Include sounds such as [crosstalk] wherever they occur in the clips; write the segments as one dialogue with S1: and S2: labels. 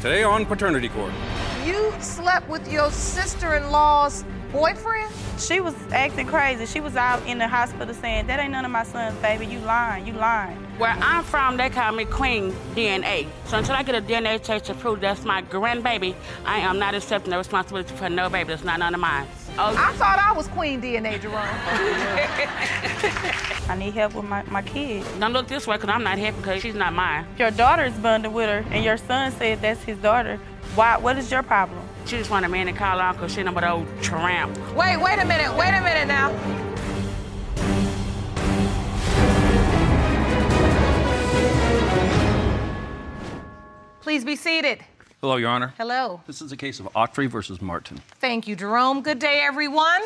S1: Today on Paternity Court.
S2: You slept with your sister in law's boyfriend?
S3: She was acting crazy. She was out in the hospital saying, That ain't none of my son's baby. You lying. You lying.
S4: Where I'm from, they call me Queen DNA. So until I get a DNA test to prove that's my grandbaby, I am not accepting the responsibility for no baby that's not none of mine. Oh,
S2: I thought I was Queen DNA, Jerome.
S3: I need help with my, my kid.
S4: Don't look this way because I'm not happy because she's not mine.
S3: Your daughter's bonded with her, and your son said that's his daughter. Why? What is your problem?
S4: She just want a man to call out because she no but old tramp.
S2: Wait, wait a minute, wait a minute now. Please be seated.
S1: Hello, Your Honor.
S2: Hello.
S1: This is a case of Autry versus Martin.
S2: Thank you, Jerome. Good day, everyone.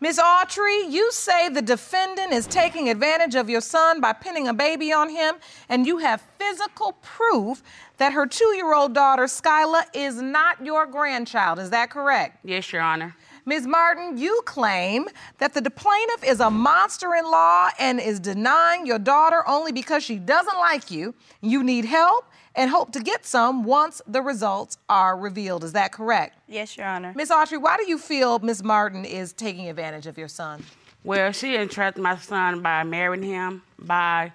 S2: Ms. Autry, you say the defendant is taking advantage of your son by pinning a baby on him, and you have physical proof that her two year old daughter, Skyla, is not your grandchild. Is that correct?
S4: Yes, Your Honor.
S2: Ms. Martin, you claim that the de- plaintiff is a monster in law and is denying your daughter only because she doesn't like you. You need help and hope to get some once the results are revealed. Is that correct?
S3: Yes, Your Honor.
S2: Miss Autry, why do you feel Miss Martin is taking advantage of your son?
S4: Well, she entrapped my son by marrying him, by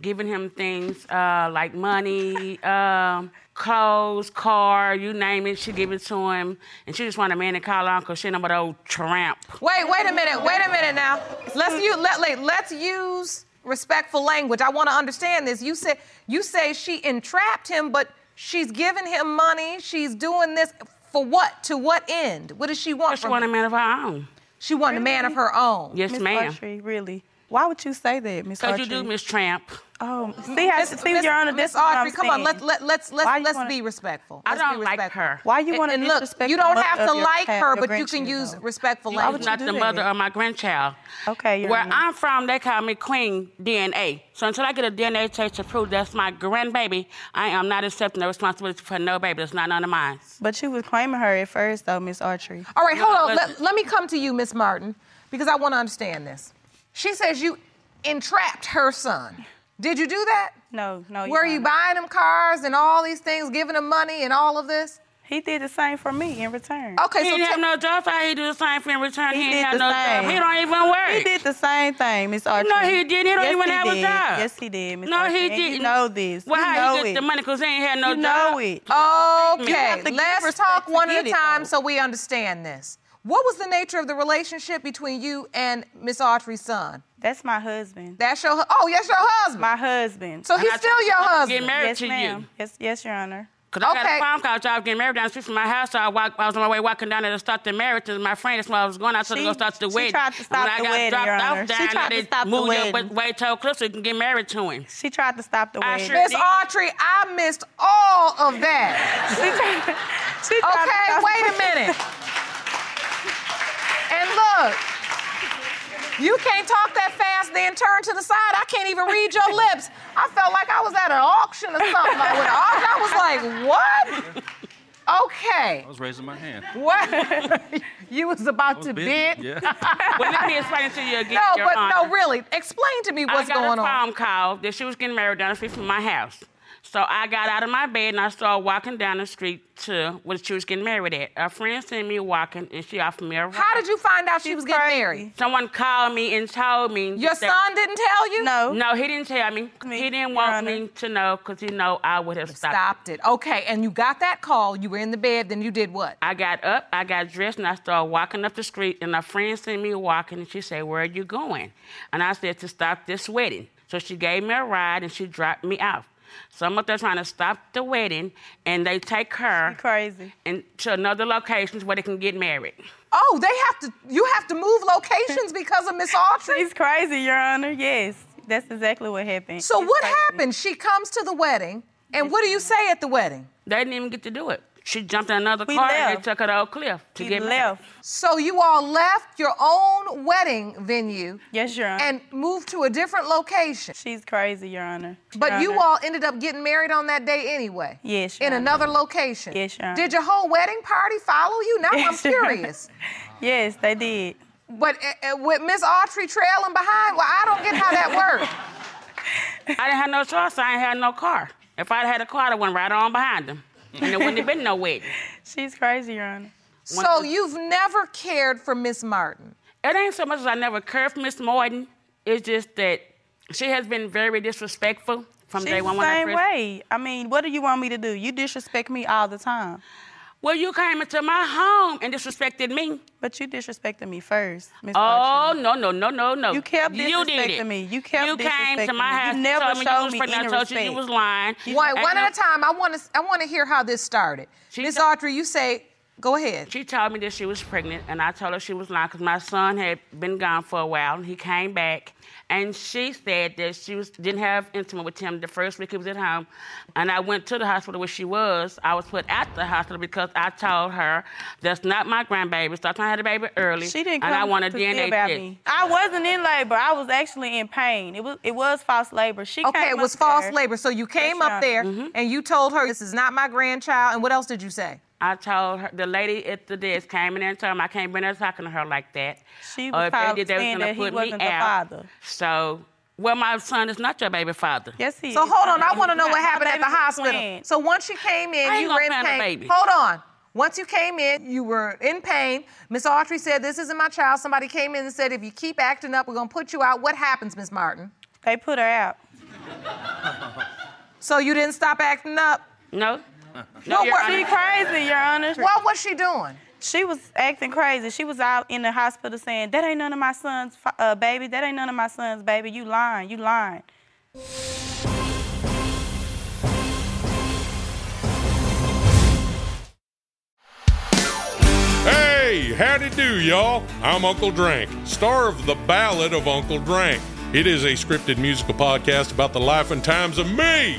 S4: giving him things uh, like money, [laughs] um, clothes, car, you name it. She give it to him, and she just want a man to call on because she no but old tramp.
S2: Wait, wait a minute, wait a minute now. Let's use, let, let, let's use respectful language. I want to understand this. You said you say she entrapped him, but she's giving him money. She's doing this for what? To what end? What does she want
S4: She
S2: from
S4: want a
S2: him?
S4: man of her own.
S2: She wanted a man of her own.
S4: Yes,
S3: Miss
S4: ma'am.
S3: Autry, really? Why would you say that, Miss
S4: Because
S3: Autry?
S4: you do, Miss Tramp.
S3: Oh, see how?
S2: Miss,
S3: See,
S2: Miss-
S3: Your Honor,
S2: Miss
S3: this is what
S2: Autry,
S3: I'm
S2: come on.
S3: saying.
S2: Let's let, let's let's
S3: Why you
S2: let's
S3: wanna-
S2: be respectful.
S4: I
S2: Let's be
S4: don't like
S2: respectful.
S4: her.
S3: Why you
S2: And-
S3: want to
S2: and look, you don't have to like her, but you can use respectful
S4: I
S2: language.
S4: was not
S3: do
S4: the
S3: that?
S4: mother of my grandchild.
S3: Okay, Your
S4: Where
S3: Honor.
S4: I'm from, they call me Queen DNA. So until I get a DNA test to prove that's my grandbaby, I am not accepting the responsibility for no baby that's not none of mine.
S3: But you was claiming her at first, though, Miss Autry.
S2: All right, hold on.
S4: Listen.
S2: Let, let me come to you, Miss Martin, because I want to understand this. She says you entrapped her son. Did you do that?
S3: No, no. Your
S2: Were you
S3: Honor.
S2: buying him cars and all these things, giving him money and all of this?
S3: He did the same for me in return.
S2: Okay,
S4: He
S2: so
S4: didn't
S2: ta-
S4: have no job. so He do the same for in return. He,
S3: He
S4: ain't
S3: did
S4: have
S3: the
S4: no
S3: same.
S4: job. He don't even work.
S3: He did the same thing, Miss Archer.
S4: No, he didn't. He don't
S3: yes,
S4: even
S3: he
S4: have
S3: did.
S4: a job.
S3: Yes, he did, Miss
S4: No,
S3: Archer.
S4: he
S3: And
S4: didn't.
S3: You know this.
S4: Well,
S3: you
S4: how
S3: know
S4: he get
S3: it.
S4: the money? Because he ain't had no
S3: You
S4: job.
S3: know it. have
S2: okay,
S3: to give
S2: let's
S3: respect
S2: talk
S3: to
S2: one at
S3: get
S2: a
S3: it,
S2: time
S3: though.
S2: so we understand this. What was the nature of the relationship between you and Miss Autry's son?
S3: That's my husband.
S2: That's your hu- oh, yes, your husband.
S3: my husband.
S2: so
S4: And
S2: he's
S4: I
S2: still your
S4: told him, I'm
S2: husband.
S4: Getting married
S3: yes,
S4: to
S3: ma'am.
S4: you.
S3: Yes, yes, Your Honor.
S4: Cause I got
S2: Okay.
S4: a phone call. Y'all getting married down the street from my house. So I, walk, I was on my way walking down there to start the marriage. to my friend, that's why I was going out to
S3: She-
S4: go start the
S3: she
S4: wedding.
S3: tried to
S4: And
S3: stop the
S4: when I
S3: wedding,
S4: got dropped
S3: Your Honor.
S4: off
S3: She
S4: down
S3: tried
S4: there,
S3: to
S4: they
S3: stop the
S4: moved
S3: wedding.
S4: your butt way to close so you can get married
S3: [laughs]
S4: to him.
S3: She tried to stop the
S4: I
S3: wedding.
S4: sure
S3: [laughs]
S2: Miss Autry, I missed all of that.
S3: she tried, she tried to
S2: Okay,
S3: stop
S2: wait a
S3: the-
S2: minute. And look, you can't talk that fast, then turn to the side. I can't even read your lips. I felt like I was at an auction or something. Like, with an auction, I was like, what? Okay.
S1: I was raising my hand.
S2: What? [laughs] you was about to bid?
S1: Oh, Yeah.
S4: Well, let me explain it to you again.
S2: No,
S4: Your
S2: but
S4: Honor.
S2: no, really. Explain to me what's
S4: I got
S2: going
S4: a
S2: on.
S4: phone call that she was getting married down the street from my house. So I got out of my bed and I started walking down the street to where she was getting married at. A friend seen me walking and she offered me a ride.
S2: How did you find out she was getting
S3: crazy.
S2: married?
S4: Someone called me and told me.
S2: Your
S4: that-
S2: son didn't tell you?
S3: No.
S4: No, he didn't tell me.
S3: Me,
S4: He didn't
S3: Your
S4: want
S3: Honor.
S4: me to know because he know I would have stopped.
S2: Stopped it. Okay, and you got that call. You were in the bed, then you did what?
S4: I got up, I got dressed, and I started walking up the street. And a friend seen me walking, and she said, "Where are you going?" And I said, "To stop this wedding." So she gave me a ride, and she dropped me off. So I'm up there trying to stop the wedding, and they take her
S3: You crazy.
S4: and to another location where they can get married.
S2: Oh, they have to. You have to move
S3: [laughs]
S2: locations because of Miss Autry.
S3: She's crazy, Your Honor. Yes, that's exactly what happened.
S2: So
S3: She's
S2: what
S3: crazy.
S2: happened? She comes to the wedding, and what do you say at the wedding?
S4: They didn't even get to do it. She jumped in another
S3: We
S4: car and
S3: left.
S4: they took her to Oak Cliff to
S3: She
S4: get married.
S3: left.
S2: So you all left your own wedding venue
S3: Yes, Your Honor.
S2: and moved to a different location.
S3: She's crazy, Your Honor. Your
S2: But you
S3: Honor.
S2: all ended up getting married on that day anyway.
S3: Yes, Your
S2: In
S3: Honor.
S2: another location.
S3: Yes, Your Honor.
S2: Did your whole wedding party follow you? Now I'm
S3: Yes, Your Honor.
S2: curious.
S3: Yes, they did.
S2: But uh, uh, with Miss Autry trailing behind, well, I don't get how that
S3: [laughs]
S2: worked.
S4: I didn't have no choice. I ain't had no car. If I'd had a car, I went right on behind them. And there wouldn't have been no wedding.
S3: She's crazy, Your Honor.
S2: so you've never cared for Miss Martin.
S4: It ain't so much as I never cursed Miss Morton. It's just that she has been very disrespectful from
S3: She's
S4: day one
S3: the
S4: when I
S3: same
S4: first.
S3: way. I mean, what do you want me to do? You disrespect me all the time,
S4: Well, you came into my home and disrespected me.
S3: but you disrespected me first, Miss
S4: Oh
S3: Archer.
S4: no no no no no!
S3: You kept
S4: You did it.
S3: disrespecting me. You kept
S4: You came to
S3: disrespecting
S4: my
S3: me. You
S4: house. and
S3: never
S4: told me you
S3: showed
S4: was
S3: me
S4: pregnant. I
S3: any
S4: told you you
S3: respect.
S4: was lying.
S2: Wait,
S4: Ain't
S2: one
S4: no-
S2: at a time. I want to. I want to hear how this started.
S4: She
S2: Miss
S4: don't-
S2: Autry, you say, go ahead.
S4: She told me that she was pregnant, and I told her she was lying because my son had been gone for a while. He came back, and she said that she was didn't have intimate with him the first week he was at home. And I went to the hospital where she was. I was put out the hospital because I told her that's not my grandbaby. Stop trying to have a baby early.
S3: She didn't come
S4: and I want a
S3: to
S4: DNA
S3: see about
S4: test.
S3: me. I wasn't in labor. I was actually in pain. It was it was false labor. She
S2: Okay,
S3: came
S2: it
S3: up
S2: was
S3: to
S2: false
S3: her.
S2: labor. So you came
S3: Yes, Your
S2: up there
S4: Mm-hmm.
S2: and you told her, this is not my grandchild. And what else did you say?
S4: I told her the lady at the desk came in there and told me I can't be in there talking to her like that.
S3: She
S4: Or if they
S3: called
S4: did, they was
S3: saying
S4: gonna
S3: that he
S4: put me
S3: wasn't the
S4: out.
S3: father.
S4: So, well, my son is not your baby father.
S3: Yes, he.
S2: So
S3: is.
S2: hold on, I want to know
S3: My
S2: what happened at
S3: baby
S2: the
S3: was
S2: hospital.
S3: planned.
S2: So once you came in,
S4: I ain't
S2: you
S4: gonna
S2: were in
S4: plan a
S2: pain.
S4: baby.
S2: Hold on. Once you came in, you were in pain. Miss Autry said, "This isn't my child." Somebody came in and said, "If you keep acting up, we're gonna put you out." What happens, Miss Martin?
S3: they put her out.
S2: So you didn't stop acting up.
S4: No.
S2: What
S4: Your
S2: were-
S4: Honor.
S3: She crazy, Your Honor.
S2: What was she doing?
S3: She was acting crazy. She was out in the hospital saying, "That ain't none of my son's fa- uh, baby. That ain't none of my son's baby. You lying. You lying."
S5: Hey, howdy do, y'all. I'm Uncle Drank, star of The Ballad of Uncle Drank. It is a scripted musical podcast about the life and times of me,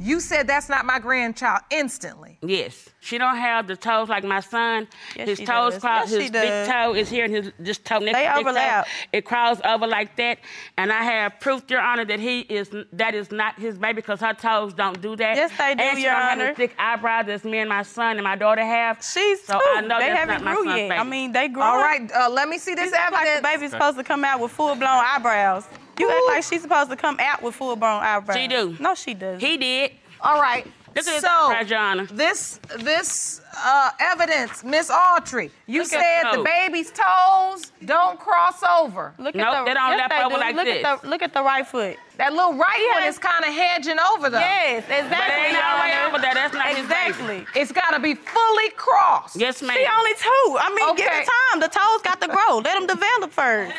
S2: you said that's not my grandchild instantly.
S4: Yes. She don't have the toes like my son.
S3: Yes,
S4: his
S3: she
S4: toes
S3: does.
S4: cross.
S3: Yes,
S4: his
S3: she
S4: big
S3: does.
S4: toe is here, and his this toe next
S3: They
S4: to his big toe,
S3: overlap.
S4: it crawls over like that. And I have proof, Your Honor, that he is that is not his baby because her toes don't do that.
S3: Yes, they do,
S4: and she
S3: Your
S4: don't have the
S3: Honor.
S4: thick eyebrows that me and my son and my daughter have.
S3: She's
S4: so
S3: too.
S4: I know
S3: they
S4: that's
S3: haven't
S4: not my
S3: grew
S4: son's
S3: yet.
S4: baby.
S3: I mean, they grew.
S2: All right, uh, let me see this
S3: It's not like
S2: evidence.
S3: the baby's supposed to come out with full blown eyebrows. You act like she's supposed to come out with full blown eyebrows.
S4: She do.
S3: No, she does.
S4: he did.
S2: All right.
S4: Look at
S2: so
S4: this, Your Honor.
S2: this this uh, evidence, Miss Autry, you
S4: Look at
S2: said the
S4: those.
S2: baby's toes don't cross over.
S3: Look
S4: Nope,
S3: at the
S4: they don't
S3: yes,
S4: lap
S3: they
S4: over
S3: do.
S4: like
S3: look
S4: this.
S3: At the, look at the right foot.
S2: That little right
S3: Yes.
S2: one is kind of hedging over though.
S3: Yes, exactly.
S4: But it ain't
S3: Your
S4: all the way
S3: Honor.
S4: over there. That's not his baby.
S3: exactly.
S2: It's got to be fully crossed.
S4: Yes, ma'am.
S3: She only two. I mean, give
S2: Okay.
S3: it time. The toes got to grow. Let them develop first.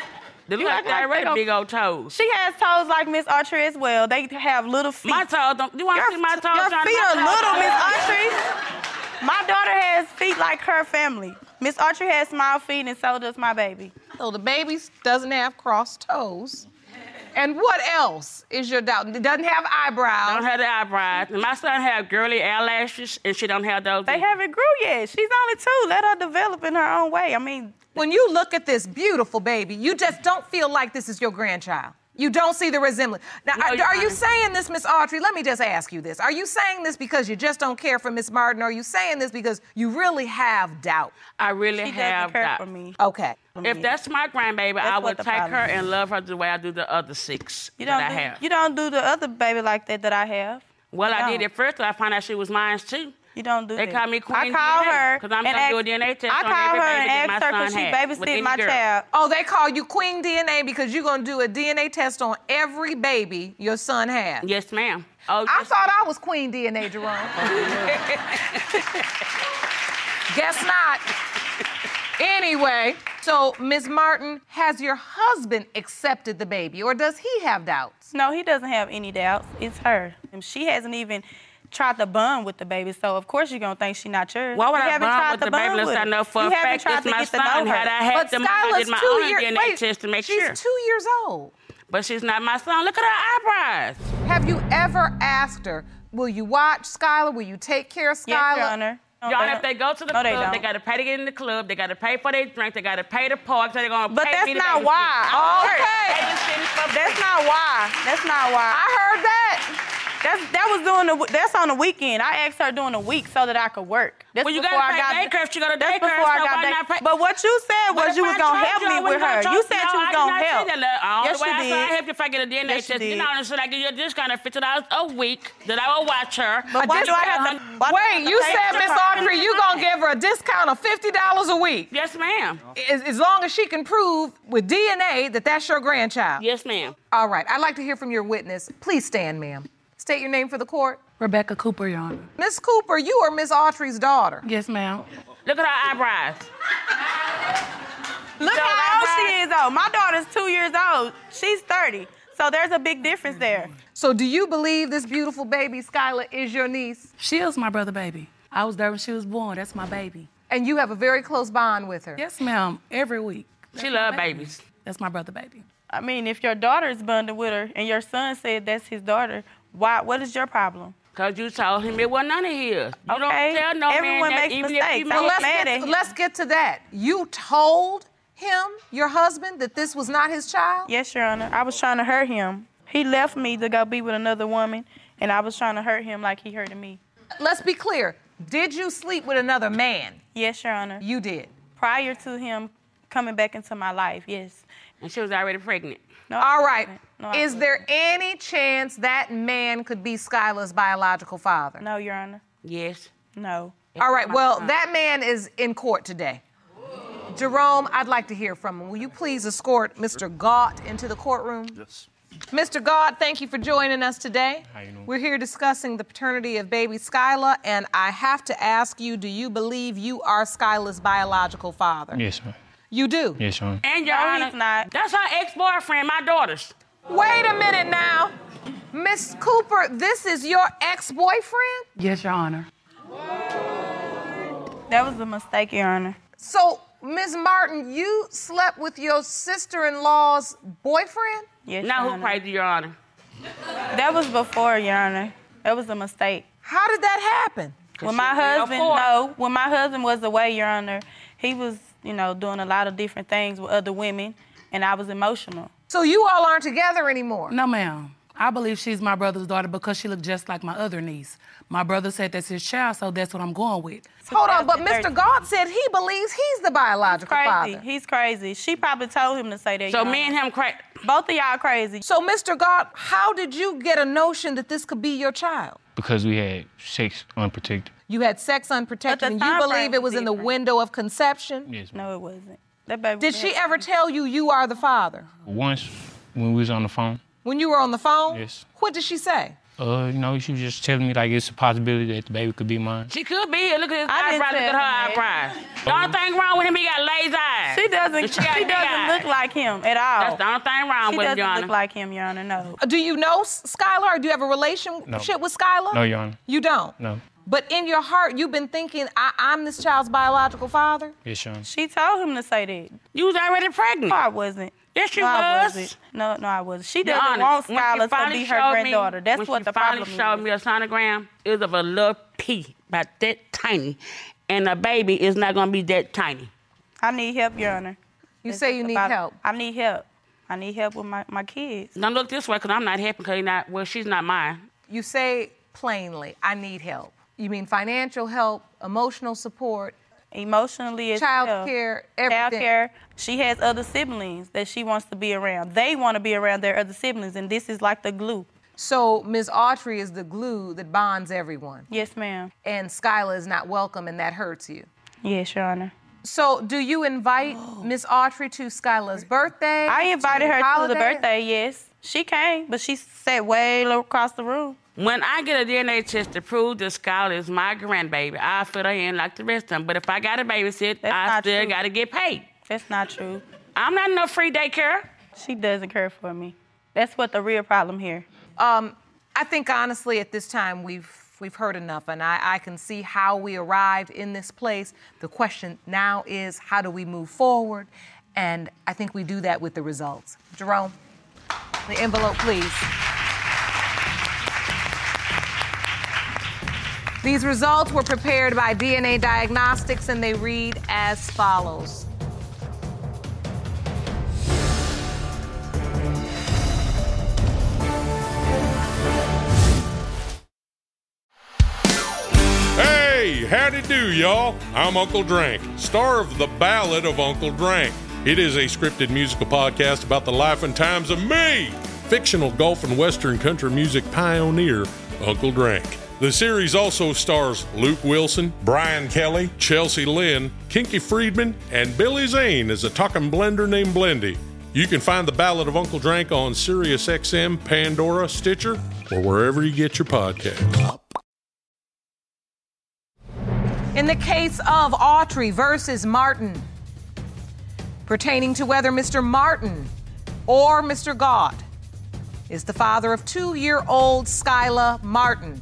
S4: They
S3: You
S4: look like
S3: act like
S4: they
S3: they
S4: got
S3: don't-
S4: big old toes.
S3: She has toes like Miss Archer as well. They have little feet.
S4: My toes don't. You want
S3: Your,
S4: to see my toes?
S3: your
S4: Your honor?
S3: feet
S4: My
S3: are
S4: toes
S3: little,
S4: don't-
S3: Miss Archer. My daughter has feet like her family. Miss Archer has small feet, and so does my baby.
S2: So the baby doesn't have crossed toes. And what else is your doubt? It doesn't have eyebrows.
S4: don't have the eyebrows. And my son have girly eyelashes, and she don't have those.
S3: They
S4: either.
S3: haven't grew yet. She's only two. Let her develop in her own way. I mean,
S2: When you look at this beautiful baby, you just don't feel like this is your grandchild. You don't see the resemblance. Now,
S4: No,
S2: are,
S4: Your
S2: are you
S4: Honor.
S2: saying this, Miss Autry? Let me just ask you this. Are you saying this because you just don't care for Miss Martin? Or are you saying this because you really have doubt?
S4: I really
S3: she
S4: have
S3: doesn't care
S4: that. Oh,
S3: for me.
S2: Okay.
S4: If that's my grandbaby, I
S3: That's what
S4: would
S3: the
S4: take her
S3: problem is.
S4: and love her the way I do the other six
S3: You don't
S4: that I
S3: do,
S4: have.
S3: You don't do the other baby like that that I have.
S4: well, I
S3: you
S4: did
S3: don't.
S4: at first. I found out she was mine too.
S3: You don't do
S4: They
S3: that.
S4: call me
S3: I
S4: Queen
S3: call
S4: DNA,
S3: her
S4: 'cause I'm
S3: and
S4: gonna do
S3: ask-
S4: a DNA test
S3: I
S4: on
S3: call her
S4: every
S3: and
S4: baby that my
S3: ask her
S4: son
S3: she
S4: had with
S3: babysit
S4: any
S3: my
S4: girl.
S3: child.
S2: Oh, they call you Queen DNA because you're gonna do a DNA test on every baby your son has.
S4: Yes, ma'am. Oh,
S2: I
S4: yes,
S2: thought I was Queen DNA, Jerome. [laughs] Guess not. Anyway, so Ms. Martin, has your husband accepted the baby, or does he have doubts?
S3: No, he doesn't have any doubts. It's her. And she hasn't even tried to bond with the baby, so of course you're gonna think she's not yours.
S4: Why would
S3: you
S4: I
S3: haven't tried
S4: bond with
S3: to
S4: the baby
S3: bond
S4: unless
S3: with
S4: I
S3: her.
S4: know for
S3: you
S4: a
S3: haven't
S4: fact
S3: tried to
S4: this my
S3: get to
S4: son?
S3: know her.
S4: Had I had them, I did
S2: Skyla's
S4: my
S2: two
S4: own
S2: year-
S4: DNA
S2: wait,
S4: test to make
S2: she's
S4: sure.
S2: two years old.
S4: but she's not my son. Look at her eyebrows.
S2: Have you ever asked her, will you watch Skylar? Will you take care of Skylar?
S3: Yes, Your Honor. No,
S4: Y'all,
S3: they
S4: if they
S3: don't.
S4: go to the
S3: no,
S4: club,
S3: they,
S4: they,
S3: don't.
S4: gotta pay to get in the club. They gotta pay for their drink. They gotta pay to park. So they're gonna
S3: But
S4: pay
S3: that's
S4: me to
S3: not
S4: babysit.
S3: why.
S4: I'm
S3: Okay.
S4: hurt. They just didn't fuck
S3: That's
S4: with me.
S3: not why. That's not why.
S2: I heard that.
S3: That's that was during the that's on the weekend. I asked her during the week so that I could work. That's
S4: Well, you
S3: before I
S4: gotta pay
S3: got
S4: daycare if you go to
S3: that's
S4: daycare,
S3: before I
S4: so
S3: got
S4: why not
S3: daycare.
S4: pay-
S3: But what you said
S4: But
S3: was
S4: if
S3: you was
S4: I
S3: gonna
S4: tried
S3: help
S4: you, I
S3: me with
S4: wouldn't
S3: her.
S4: have
S3: You
S4: tried-
S3: said you
S4: no, I
S3: was
S4: did
S3: gonna
S4: not say
S3: help.
S4: that, love. All
S3: Yes,
S4: the way
S3: you
S4: I said, I
S3: did.
S4: helped you if I get a DNA
S3: Yes, you
S4: test. You
S3: did.
S4: know, and should I give you a discount of fifty dollars a week that I will watch her?
S3: But
S4: I
S3: why
S4: just
S3: do I
S4: got
S3: have to? why
S4: her-
S3: do I have
S2: Wait,
S3: to
S2: you
S3: pay
S2: said,
S3: for
S2: Miss
S3: her?
S2: Autry, you gonna give her a discount of $50 a week.
S4: Yes, ma'am.
S2: As, as long as she can prove with DNA that that's your grandchild.
S4: Yes, ma'am.
S2: All right, I'd like to hear from your witness. Please stand, ma'am. State your name for the court.
S6: Rebecca Cooper, Your Honor.
S2: Miss Cooper, you are Miss Autry's daughter.
S6: Yes, ma'am.
S4: Look at her eyebrows.
S3: Look
S4: Don't
S3: how old
S4: lie.
S3: she is though. My daughter's two years old. She's thirty. So there's a big difference there.
S2: So, do you believe this beautiful baby, Skylar, is your niece?
S6: She is my brother baby. I was there when she was born. That's my baby.
S2: And you have a very close bond with her?
S6: Yes, ma'am. Every week.
S4: She love babies.
S6: That's my brother baby.
S3: I mean, if your daughter is bonded with her and your son said that's his daughter, why? What is your problem?
S4: Cause you told him it wasn't none of his. You
S3: Okay.
S4: don't tell no
S3: Everyone
S4: man that
S3: makes
S4: even if you
S3: mistakes.
S4: made
S3: I'm
S2: Well, let's,
S3: mad
S2: get,
S3: at him.
S2: let's get to that. You told him, your husband, that this was not his child?
S3: Yes, Your Honor. I was trying to hurt him. He left me to go be with another woman, and I was trying to hurt him like he hurted me.
S2: Let's be clear. Did you sleep with another man?
S3: Yes, Your Honor.
S2: You did.
S3: Prior to him coming back into my life, yes.
S4: And she was already pregnant.
S3: No, I
S2: All right.
S3: wasn't. No, I
S2: Is there any chance that man could be Skylar's biological father?
S3: wasn't. No, Your Honor.
S4: Yes.
S3: No.
S2: All right. Well, that man is in court today. Jerome, I'd like to hear from him. Will you please escort Mr. Gott into the courtroom? Yes. Mr. Gott, thank you for joining us today. How you doing? We're here discussing the paternity of baby Skyla, and I have to ask you, do you believe you are Skyla's biological father?
S7: Yes, ma'am.
S2: You do?
S7: Yes, ma'am.
S4: And your
S3: No,
S4: honor,
S3: he's not.
S4: that's her ex-boyfriend, my daughter's.
S2: Wait a minute now. Miss Cooper, this is your ex-boyfriend?
S6: Yes, Your Honor.
S3: That was a mistake, Your Honor.
S2: So, Ms. Martin, you slept with your sister-in-law's boyfriend?
S3: Yes,
S4: Now
S3: Your
S4: who
S3: Honor.
S4: prayed to your honor?
S3: That was before, Your Honor. That was a mistake.
S2: How did that happen?
S3: When my
S4: she went
S3: husband,
S4: out for it.
S3: no, when my husband was away, Your Honor, he was, you know, doing a lot of different things with other women, and I was emotional.
S2: So you all aren't together anymore.
S6: No, ma'am. I believe she's my brother's daughter because she looked just like my other niece. My brother said that's his child, so that's what I'm going with.
S2: Hold on, but
S3: 2013.
S2: Mr. God said he believes he's the biological
S3: Crazy.
S2: father.
S3: He's crazy. She probably told him to say that.
S4: So
S3: Your
S4: me
S3: Honor.
S4: and him cra-
S3: Both of y'all crazy.
S2: So, Mr. God, how did you get a notion that this could be your child?
S7: Because we had sex unprotected.
S2: You had sex unprotected,
S3: But the
S2: and you
S3: time
S2: believe
S3: frame
S2: it
S3: was
S2: was in the
S3: different.
S2: window of conception.
S7: Yes, ma'am.
S3: No, it wasn't. That baby.
S2: Did
S3: was-
S2: she ever tell you you are the father?
S7: Once when we was on the phone,
S2: When you were on the phone?
S7: Yes.
S2: What did she say?
S7: uh, you know, she was just telling me like it's a possibility that the baby could be mine.
S4: She could be here. Look at his
S3: I didn't
S4: eyebrows. Look at
S3: tell
S4: her
S3: him that.
S4: eyebrows. The only thing wrong with him, he got lazy eyes.
S3: She doesn't.
S4: But
S3: She,
S4: she got big
S3: doesn't
S4: eyes.
S3: look like him at all.
S4: That's the only thing wrong
S3: she
S4: with
S3: doesn't
S4: him, your honor.
S3: look like him, Your Honor. No.
S2: Do you know S- Skylar? Or do you have a relationship
S7: No.
S2: with Skylar?
S7: No, Your Honor.
S2: You don't?
S7: No.
S2: But in your heart, you've been thinking, I- I'm this child's biological father?
S7: Yes, Your Honor.
S3: She told him to say that.
S4: you was already pregnant.
S3: No, I wasn't.
S4: Yes, you
S3: no, I
S4: was.
S3: wasn't. No, no, I wasn't. Oh, She
S4: Your
S3: doesn't
S4: Honor,
S3: want
S4: when she
S3: Skylar to
S4: finally
S3: be her
S4: showed me-
S3: granddaughter. That's
S4: when
S3: what
S4: she
S3: the
S4: finally
S3: problem
S4: showed
S3: is.
S4: me a sonogram is of a little pea, about that tiny, and a baby is not gonna be that tiny.
S3: I need help, Your Honor.
S2: You
S3: That's
S2: say you
S3: what the
S2: need
S3: problem-
S2: help.
S3: I need help. I need help with my, my kids.
S4: Don't look this way, cause I'm not happy, cause you're not. Well, she's not mine.
S2: You say plainly, I need help. You mean financial help, emotional support,
S3: Emotionally, as
S2: child
S3: well.
S2: care,
S3: Child
S2: everything.
S3: care. She has other siblings that she wants to be around. They want to be around their other siblings, and this is like the glue.
S2: So Ms. Autry is the glue that bonds everyone.
S3: Yes, ma'am.
S2: And Skyla is not welcome and that hurts you.
S3: Yes, Your Honor.
S2: So do you
S3: [gasps]
S2: invite Miss Autry to Skyla's birthday?
S3: I invited her to the
S2: holiday?
S3: birthday, yes. She came, but she sat way low across the room.
S4: When I get a DNA test to prove that Skylar is my grandbaby, I fit her in like the rest of them. But if I got a babysit,
S3: That's
S4: I
S3: not
S4: still
S3: true.
S4: gotta get paid.
S3: That's not true.
S4: I'm not no free daycare.
S3: She doesn't care for me. That's what the real problem here.
S2: Um, I think honestly, at this time, we've we've heard enough, and I, I can see how we arrived in this place. The question now is, how do we move forward? And I think we do that with the results. Jerome, the envelope, please. These results were prepared by DNA Diagnostics, and they read as follows.
S5: Hey, howdy do, y'all. I'm Uncle Drank, star of The Ballad of Uncle Drank. It is a scripted musical podcast about the life and times of me, fictional golf and western country music pioneer, Uncle Drank. The series also stars Luke Wilson, Brian Kelly, Chelsea Lynn, Kinky Friedman, and Billy Zane as a talking blender named Blendy. You can find The Ballad of Uncle Drank on SiriusXM, Pandora, Stitcher, or wherever you get your podcasts.
S2: In the case of Autry versus Martin, pertaining to whether Mr. Martin or Mr. God is the father of two year old Skyla Martin,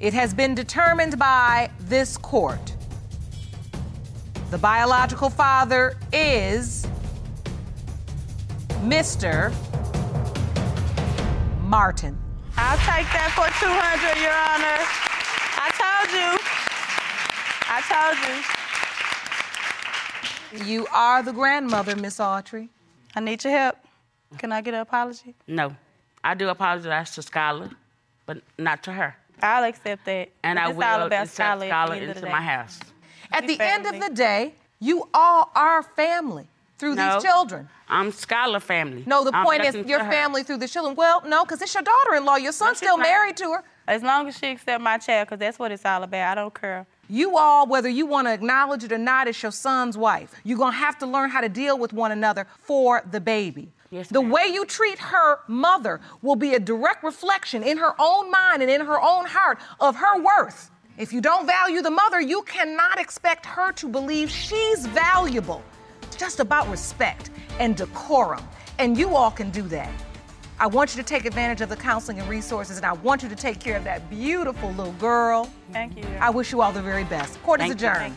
S2: it has been determined by this court. The biological father is Mr. Martin.
S3: I'll take that for 200, Your Honor. I told you. I told you.
S2: You are the grandmother, Miss Autry.
S3: I need your help. Can I get an apology?
S4: No. I do apologize to Skylar, but not to her.
S3: I'll accept that.
S4: And I
S3: It's
S4: will
S3: all about
S4: accept
S3: Skylar at the
S4: Skylar
S3: end of the
S4: into
S3: day.
S4: my house.
S2: At the end of
S3: family.
S2: the day, you all are family through
S4: No.
S2: these children.
S4: I'm Skylar family.
S2: No, the
S4: I'm
S2: point is
S4: nothing to
S2: your
S4: her.
S2: family through the children. Well, no, because it's your daughter-in-law. Your son's
S3: she's
S2: still
S3: not.
S2: married to her.
S3: As long as she accept my child, because that's what it's all about. I don't care.
S2: You all, whether you want to acknowledge it or not, is your son's wife. You're gonna have to learn how to deal with one another for the baby.
S4: Yes,
S2: the
S4: ma'am.
S2: way you treat her mother will be a direct reflection in her own mind and in her own heart of her worth. If you don't value the mother, you cannot expect her to believe she's valuable. It's just about respect and decorum. And you all can do that. I want you to take advantage of the counseling and resources, and I want you to take care of that beautiful little girl.
S3: Thank you.
S2: I wish you all the very best. Court is
S4: Thank you.
S2: adjourned.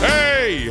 S5: Hey,